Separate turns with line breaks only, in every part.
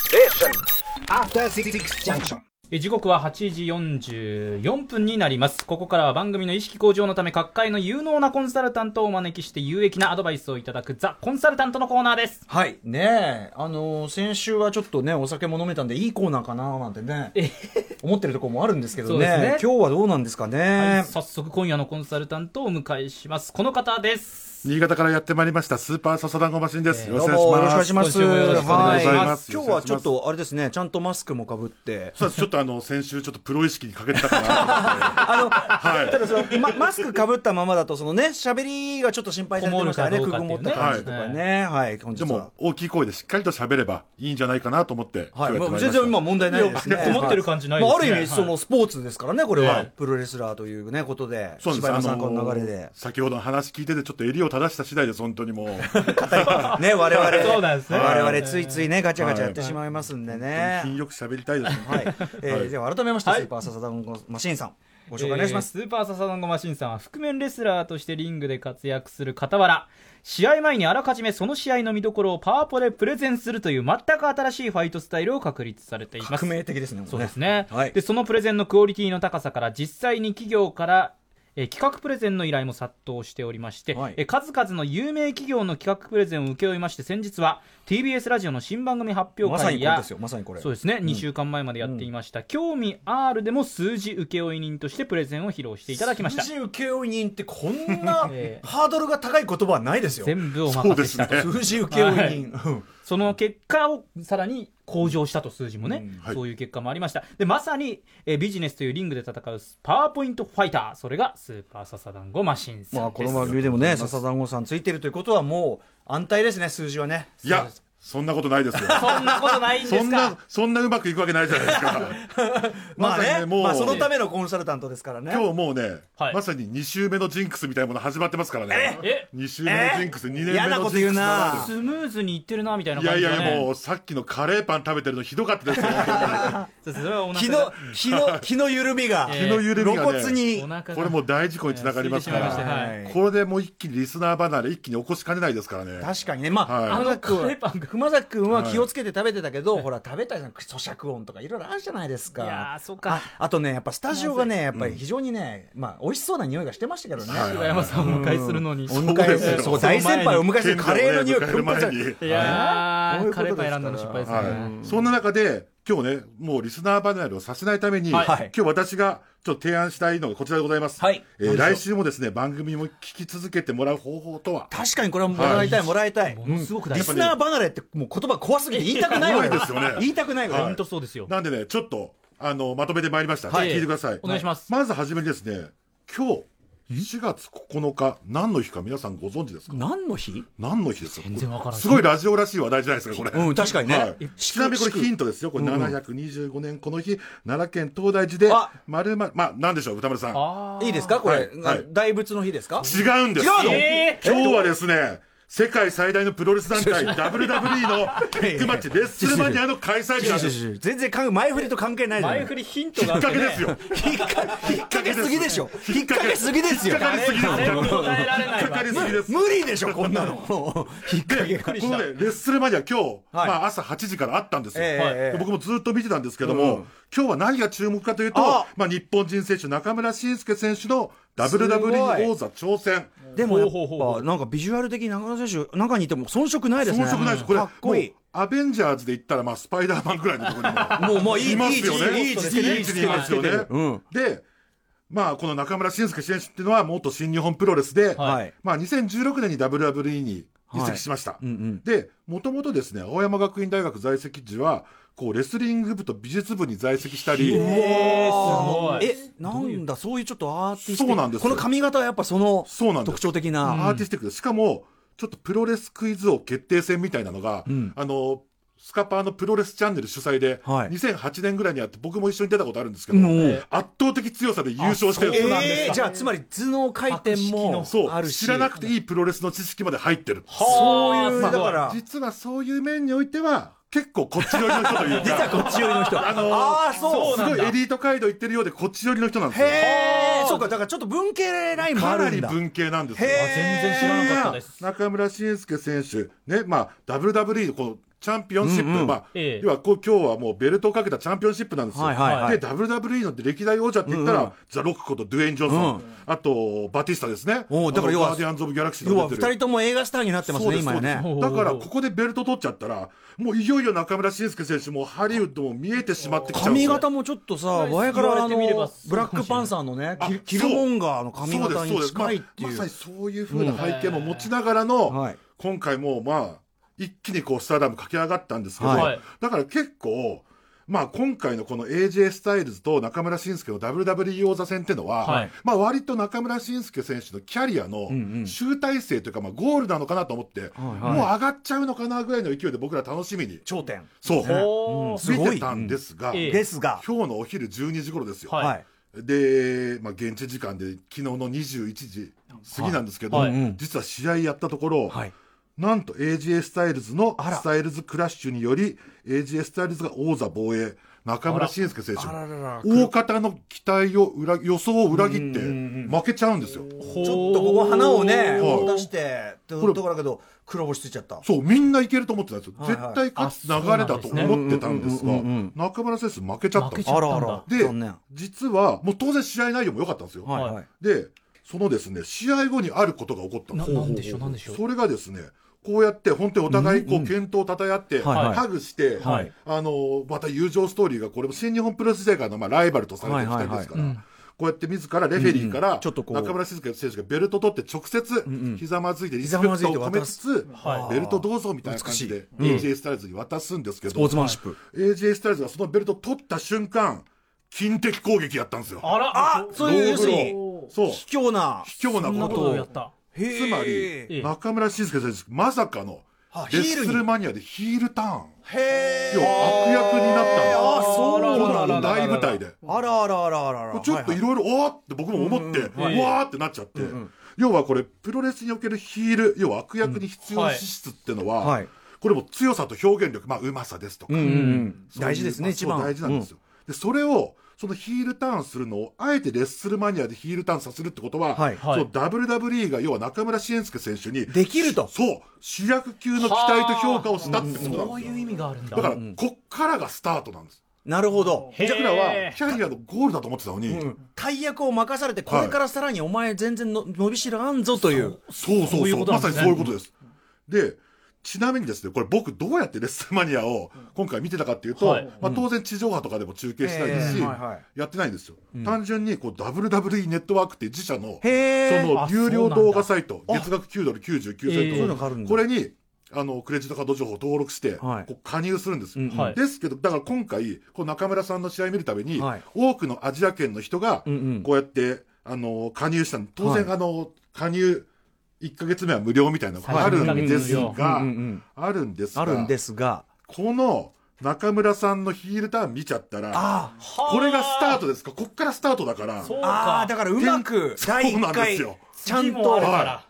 Station.
After Six Junction.
え時刻は8時44分になります。ここからは番組の意識向上のため各界の有能なコンサルタントをお招きして有益なアドバイスをいただくザ・コンサルタントのコーナーです。
はい。ねえ、あのー先週はちょっとね、お酒も飲めたんで、いいコーナーかななんてね、思ってるところもあるんですけど
そうで
ね
すね
今日はどうなんですかね。
早速今夜のコンサルタントをお迎えします。この方です。
新潟からやってまいりましたスーパーササダンゴマシンです。
えー
よろし
どう
く
も
お
よろしくお願
願
い
い
し
し
ま。
ますす。
よろしくお願いします
は今日はちょっと、あれですね、ちゃんとマスクもかぶって。
そうですちょっとあの先週ちょっとプロ意識に欠けてた かな
あの、
はい
ただその、まマスクかぶったままだと、そのね、喋りがちょっと心配されてましたよね。
こ
く
もる
ぐ
かど
も
う
っ
か
た感じ
っ
と
い
て
うね
かね。はい、本
と。で
日は
も。大きい声でしっかりと喋ればいいんじゃないかなと思って。
はい、
今
も
日や
う
ってまいり
全然
ました
今問題ないですね。
いや
困ってる感じない
ま
です
あ
ね。
ある意味、そ
は
の
い
スポーツですからね、これ
は。
はいプロレスラーというね、ことで、
そうなんです
柴山さん
あの
この流れで。
先ほどの話聞いててちょっと襟を正した次第です本当にもう
ね、我々。
そうなんですね
我々ついついね、ガチャガチャやってしまいますんでね。
品よく喋りたいですね
はい。え
は
ー
い
では改めまして、
は
ス
い
ーパーササダンゴマシンさん、ご紹介お願いします。
えースーパーササダンゴマシンさんは覆面レスラーとしてリングで活躍する傍ら試合前にあらかじめその試合の見どころをパワポでプレゼンするという全く新しいファイトスタイルを確立されています
革命的ですね、
そうですね、
はい
でそのプレゼンのクオリティの高さから実際に企業からえー企画プレゼンの依頼も殺到しておりまして、
はい
えー数々の有名企業の企画プレゼンを請け負いまして先日は TBS ラジオの新番組発
ま
表
さ
会
にこれ
や
ですよ、まさにこれ。
そうですね、2週間前までやっていました、興味 R でも数字請負人としてプレゼンを披露していただきました
数字請負人ってこんな
ええ
ハードルが高い言葉はないですよ。
全部お任せしたと
そうですね
数字請負人。うん
その結果をさらに向上したと数字もね、
はい
そういう結果もありましたでまさに、えービジネスというリングで戦うパワーポイントファイターそれがスーパーササダンゴマシンさ
まあ、
ん
こ
で
の
す、
番組でもね、笹団子さんついてるということはもう安泰ですね、数字はね。
いやそんなことないですよ
そんなことないんで
そ
す
ん
か
なそんなうまくいくわけないじゃないで すか
まあ
まさ
ね、
にもう
まあそのためのコンサルタントですからね。
今日もうね、
はい
まさに2週目のジンクスみたいなもの始まってますからね
え
2週目のジンクス2年目
嫌なこ
の
と
ジ
言
ン
う
クスだ
な
なって
スムーズにいってるなみたいない感
や
じ
い
が、ね、
やいやもうさっきのカレーパン食べてるのひどかったですよ
そうそれはお腹
日
が
の、日の、日の緩みが、
ええ
日の緩みがね
露骨に
お腹が
これもう大事故につながりますか
ええ空いてしまいま
ら、
は
これでもう一気にリスナー離れ一気に起こしかねないですからね
確かにね、まあ、
はい
あの
あのカレーパンが
熊崎君は気をつけて食べてたけど、ほら、食べたじゃん、咀嚼音とかいろいろあるじゃないですか。
いやーそうか
あ。あとね、やっぱスタジオがね、やっぱり非常にね、まあ、美味しそうな匂いがしてましたけどね。
はい
柴山さんをお迎えするのに、
お迎え
そうですよ
そう大先輩をお迎えする
県
カ
庁ね
レーの匂い、
迎える前
い
に
や
こう
ー
いうこ
カ
とで
レ
す
ーパン選
から
んだの失敗ですね、
はい、そんな中で今日ねもうリスナー離れをさせないために、
はい
はい
今日私がちょっと提案したいのがこちらでございます、
はい
えー来週もですね番組も聞き続けてもらう方法とは
確かにこれはもらいたい、もらいたい。
ものすごく大
リ
事
スナー離れってもう言葉怖すぎて言いたくないわ
いや怖いですよね
言いたくないわ、
は
本
い
当そうですよ
なんでねちょっとあのまとめてまいりました、
はい
聞いてください
お願いします
まずはじめにですね今日4月9日何の日か皆さんご存知ですか
何の日
何の日ですか
全然わからない
すごいラジオらしい話題じゃないですかこれ
うん、確かにね。
はい、ちなみにこれヒントですよ、これ725年、この日、奈良県東大寺で
あ、
まるままあ、なんでしょう、歌丸さん、
あ
いいですかこれ、
はいはい
大仏の日ですか
違うんです
違うの
え
今日はですね世界最大のプロレス団体 WWE のビッグマッチレッスルマニアの開催 日なんです
全然関前振りと関係ないじゃない
前振りヒントがあ
引
っ、
ってか
ね、
けですよ
引っか引っ掛けすぎでしょ引っ掛けすぎですよ
引っ掛けすぎです
誰も
引
答えられない
っか
わ
けすぎです
無理でしょこんなの引っ掛け
でこのねレッスルマニア今日、まあ、朝8時からあったんですよ、
ええ
はい
ええ
で僕もずっと見てたんですけども、今日は何が注目かというと
あ
まあ、日本人選手中村慎介選手の
すごい
WWE 王座挑戦
でもや
ほうほうほう
っぱなんかビジュアル的に中村選手中にいても遜色ないですね
遜色ないです、これ
かっこいい
もうアベンジャーズで言ったら、まあ、スパイダーマンぐらいのところにも
もうもういい
います
いい
よね。
いい位置ですね
いい位置にいますよね。
うん
で、まあ、この中村俊輔選手っていうのは、元新日本プロレスで、
はい
まあ、2016年に WWE に移籍しました。
うんうん
で、もともとですね、青山学院大学在籍時は、こう、レスリング部と美術部に在籍したり、
え
あ
ー、すごい
ーえなんだそういうちょっとアーティスティック
そうなんですよ
この髪型はやっぱその
そうなんです
特徴的な
アーティスティックで、しかも、ちょっとプロレスクイズ王決定戦みたいなのが、
ん
あの、スカパーのプロレスチャンネル主催で、
はい
2008年ぐらいにあって、僕も一緒に出たことあるんですけど、
もう
圧倒的強さで優勝してるんです
そう
よ
なんです
えーじゃあつまり頭脳回転も
そう
あるし
知らなくていいプロレスの知識まで入ってる。
そういう
は
だ
あ
から
実はそういう面においては、結構こっち寄りの人という か。
実はこっち寄りの 人
あのー
あーそう
すごいエリート街道行ってるようでこっち寄りの人なんですよ。
へえそうかだからちょっと文系ラインもあ
かな
るん
り
だ
文系なんですよ。
へー
全然知らなかったです
中村俊輔選手、ね、まあ、WWE こうチャンピオンシップ、
うんうん
まあ
ええ
要はこう今日はもうベルトをかけたチャンピオンシップなんですよ。
はいはいはい
で、WWE の歴代王者って言ったら、ザ・ロックことドゥエイン・ジョンソン、
うん
あと、バティスタですね。
おうだから要は
あのガーディアンズ・オブ・ギャラクシー
要
と
は
か
二
出て
人
る。
とも映画スターになってます
そう
ね
です
今や
そ
ね
うですだからここでベルト取っちゃったらもういよいよ中村慎介選手もハリウッドも見えてしまってきちゃうんで
髪
すよ
型もちょっと
そ
さ
う
前
です
から
言われ
あの
てみればそう
ブラックパンサーのね
あ
キキルモンガーの髪型に近いって
そうで
い
すそうですまあまさに
う
そういうふうな背景も持ちながらの、
はい
今回もまあ一気にこうスターダム駆け上がったんですけど、
はい
だから結構まあ今回のこの AJ スタイルズと中村慎介の WWE 王座戦っていうのは、
はい
まあ割と中村慎介選手のキャリアの
んうん
集大成というかまあゴールなのかなと思って、もう上がっちゃうのかなぐらいの勢いで僕ら楽しみに、
頂点
そう、
おー
す
見
ごい
てたんですが、
うんええ
ですが
今日のお昼12時頃ですよ。
はい
はい
で、まあ、現地時間で昨日の21時過ぎなんですけど、
はい
うん
実は試合やったところ、
はい
なんと AJ スタイルズの
あら
スタイルズクラッシュにより AJ スタイルズが王座防衛中村慎介選手
あららら
大方の期待を裏予想を裏切って
うんうんうん
負けちゃうんですよ
ほー
ちょっとここ花をね
はい
出してってところだけど黒星ついちゃった
そうみんないけると思ってたんですよ、
はいはい
絶対勝つ流れだと思ってたん
あそうなんで
ですが
すねうんうんうん
中村選手負けちゃったん
負
で
け
す
ちゃ
よ
あ
った
ら
ん
あ
だ
ら
で
残念
実はもう当然試合内容も良かったんですよ、
はいはい
でそのですね試合後にあることが起こったんです
ななんでしょうなんでしょう
それがですねこうやって本当にお互いこう健闘をたたえ合って、
はいはい
ハグして、
はい
あのーまた友情ストーリーがこれも新日本プロレス時代のまあライバルとされてる2人ですから、
はいはいはいうん
こうやって自らレフェリーか
うんう
ら
んちょっとこう
中村静香選手がベルト取って直接ひざまずいてリス
ざ
ペ
ま
ク
ずい
ト
て
を込めつつ、
はい
ベルトどうぞみたいな感じで
い
AJ スタイルズに渡すんですけど、
マンシップ
AJ スタイルズがそのベルト取った瞬間金的攻撃やったんですよ。
あら
あそういう要するに
そう
卑怯な
卑怯な
そんな
こ
こと
と
を
を
やった
つまり、
ええ
中村静香選手、まさかの
あ、
レ
ヒ
ッ
ールに
スルマニアでヒールターン。
へ
要は悪役になったんです
あそう
こ
なんだ
の大舞台で。
あらあらあらあらあら
ちょっといろいろ、おーって僕も思って、
んうん
うわーってなっちゃって。要はこれ、プロレスにおけるヒール、要は悪役に必要な資質っての
うんは、
はいこれも強さと表現力、まあ、うまさですとか
うん。うんうん
そういう
大事です
ま
ね
あ
一番
そう大事なんですよ。で、それを、そのヒールターンするのを、あえてレッスルマニアでヒールターンさせるってことは、
はい
その WWE が、要は中村慎介選手に、
できると
そう、主役級の期待と評価をしたってことなん
そう
で
い
すよ。
う意味があるんだ
だから、こっからがスタートなんです。
なるほど
へー
僕らは、キャリアのゴールだと思ってたのに、
大役を任されてこれからさらにお前全然の伸びしろあんぞという
そうそうそう
そういうことな
ま
んで
さ
す
に
ね
そういうことです。で、ちなみにですね、これ僕どうやってレッスルマニアを今回見てたかっていうと、
はい
まあ当然地上波とかでも中継しないですし、
えーはいは
やってないんですよ。単純にこう WWE ネットワークっていう自社の、
へー
その
あ
有料動画サイト、月額9ドル
えーそうい
99セ
う
ン
の
ト、
があるんだ
これに、あの、クレジットカード情報を登録して、
はい
こう加入するんですよ。
はい
ですけど、だから今回、こう中村さんの試合見るために、
はい
多くのアジア圏の人が
うんうん、
こうやって、あの、加入したの当然、
は
あの、加入1ヶ月目は無料みたいなのがあるんです
最初の一
ヶ月無料
が
うんうんうん、
あるんです
あるん
が
で、すが
この中村さんのヒールターン見ちゃったら、
ああ
これがスタートですか、こっからスタートだから、
そう
ああ
か
だからうまく
そう
第一
なんで
回
すよ
ちゃん
次もある
と
から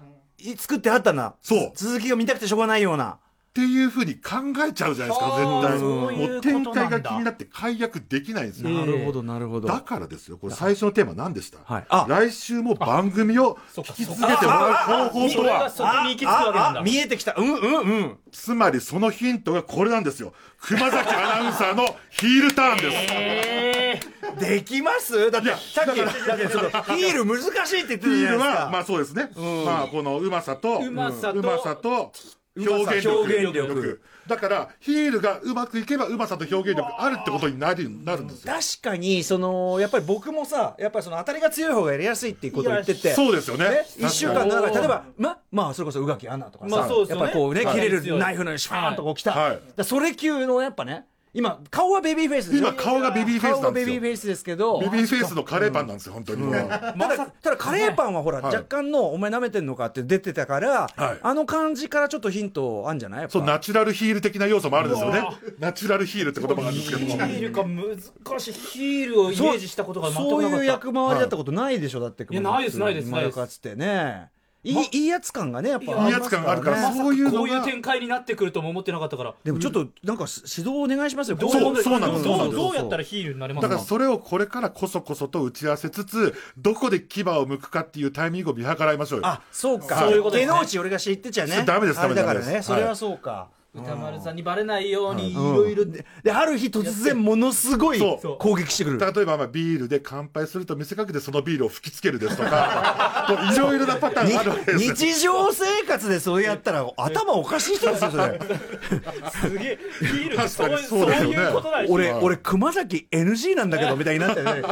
作ってあったな
そう。
続きが見たくてしょうがないような
っていうふうに考えちゃうじゃないですか、
はあ
絶対。
そういう
もう展開
ことな
が
ん
気
だ
になって解約できないんですよ。
ええなるほ
どなるほ
だからですよ、これ最初のテーマ何でした、
はいあ
来週も番組を
そ
引
っか
き続けてもらう方法
そ
と
れが
は、
そこに行き着くわけなんだ
見えてきたうんうんうん
つまりそのヒントがこれなんですよ。熊崎アナウンサーのヒールターンです。
えー
できますだってさっきだってちょっとヒール難しいって言ってた
ヒ
じ
ー
ゃないです
ルは、
か
まあそうですね。まあこのうまさと、
うまさと
うんうまさと表現力。
表現力
だから、ヒールがうまくいけばうまさと表現力あるってことになるなるんですよ。
確かにそのやっぱり僕もさやっぱりその当たりが強い方がやりやすいっていうことを言ってて
そうですよね。
ね、
確か
1
に
週間の中で例えばままあそれこそ宇垣アナとかさ、
まあそうです
や
よ
っ
ね
ぱりこうね
はい
切れるナイフのようにシュパーンとこう来た、
はい
だからそれ級のやっぱね今顔はベビーフェイスでしょ
今顔がベビーフェイス
顔
な
は
んで
ベ
す
ビー
よ。
フェイスですけど
ベビーフェイスのカレーパンなんですよ、本当にもう。
ただただカレーパンはほら、
はい
若干の「お前舐めてんのか」って出てたから、
はい
あの感じからちょっとヒントあんじゃないやっぱ
そう、ナチュラルヒール的な要素もあるんですよね。ナチュラルヒールって言葉があるんですけど
ヒ
も。
ールか難しいヒールをイメージしたことが全くなか
そう
った
いう役回りだったことないでしょ、だって
いやないですないです
今だかつってねいい,、いいやつ感がねやっぱ
いいやつ感があるから
ね
そういうのが
こういう展開になってくるとも思ってなかったから
でもちょっとなんかし指導お願いしますよ
ど
そう
ここ
そうなんですそうな
どう
んです
どうやったらヒールになれます
だから
か
それをこれからこそこそと打ち合わせつつ、どこで牙を剥くかっていうタイミングを見計らいましょうよ。
あそうか
そういう
ことで
芸
すね
能人俺が知ってちゃね
そうダメです
あれだから
ダメです
ねそれはそうか、
歌丸さんにバレないようにい
うん
ろいろ
でである日突然ものすごい
そう
攻撃してくる
例えば、まあ、ビールで乾杯すると見せかけてそのビールを吹きつけるですとか、 といろいろなパターンがあるわけですよ。
日常生活でそれやったら頭おかしい人ですよそ れ
すげえビール
確
そう
か
いう
に
そ
そう
う
ですよね
いうことだし
俺俺熊崎 NG なんだけどみたいになってね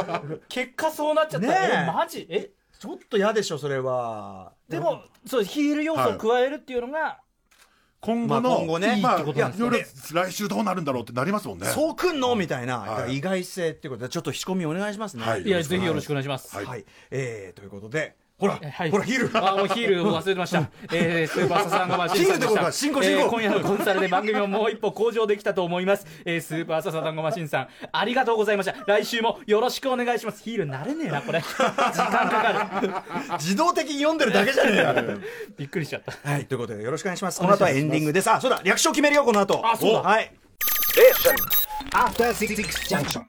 結果そうなっちゃった
ねえ
えマジえ
ちょっと嫌でしょそれは
でもそうヒール要素を加えるっていうのが
今後
まあ
の、
今後ね
ま
いい
あ、
ってこと
い
なん
や
で
い
すね
ろいろ来週どうなるんだろうってなりますもんね。
そうくんのみたいな、
はい
意外性っていうことでちょっと仕込みお願いしますね
はい
いやぜひよろしくお願いします
はい、えーということでほ ら、
えはい
ほらヒール
あもうヒールを忘れてました。えー、スーパーササランガバーシ
ヒールってことだ進行進行
えー今夜のコンサルで番組をもう一歩向上できたと思います。えー、スーパーササランガマシンさん、ありがとうございました。来週もよろしくお願いします。ヒールなれねえな、これ。時間かかる。
自動的に読んでるだけじゃねえか
びっくりしちゃった。
はい、ということでよろしくお願いします。この後はエンディングです。あ、そうだ、略称決めるよ、この後。
あそうだ
おはい。
After Six Junction.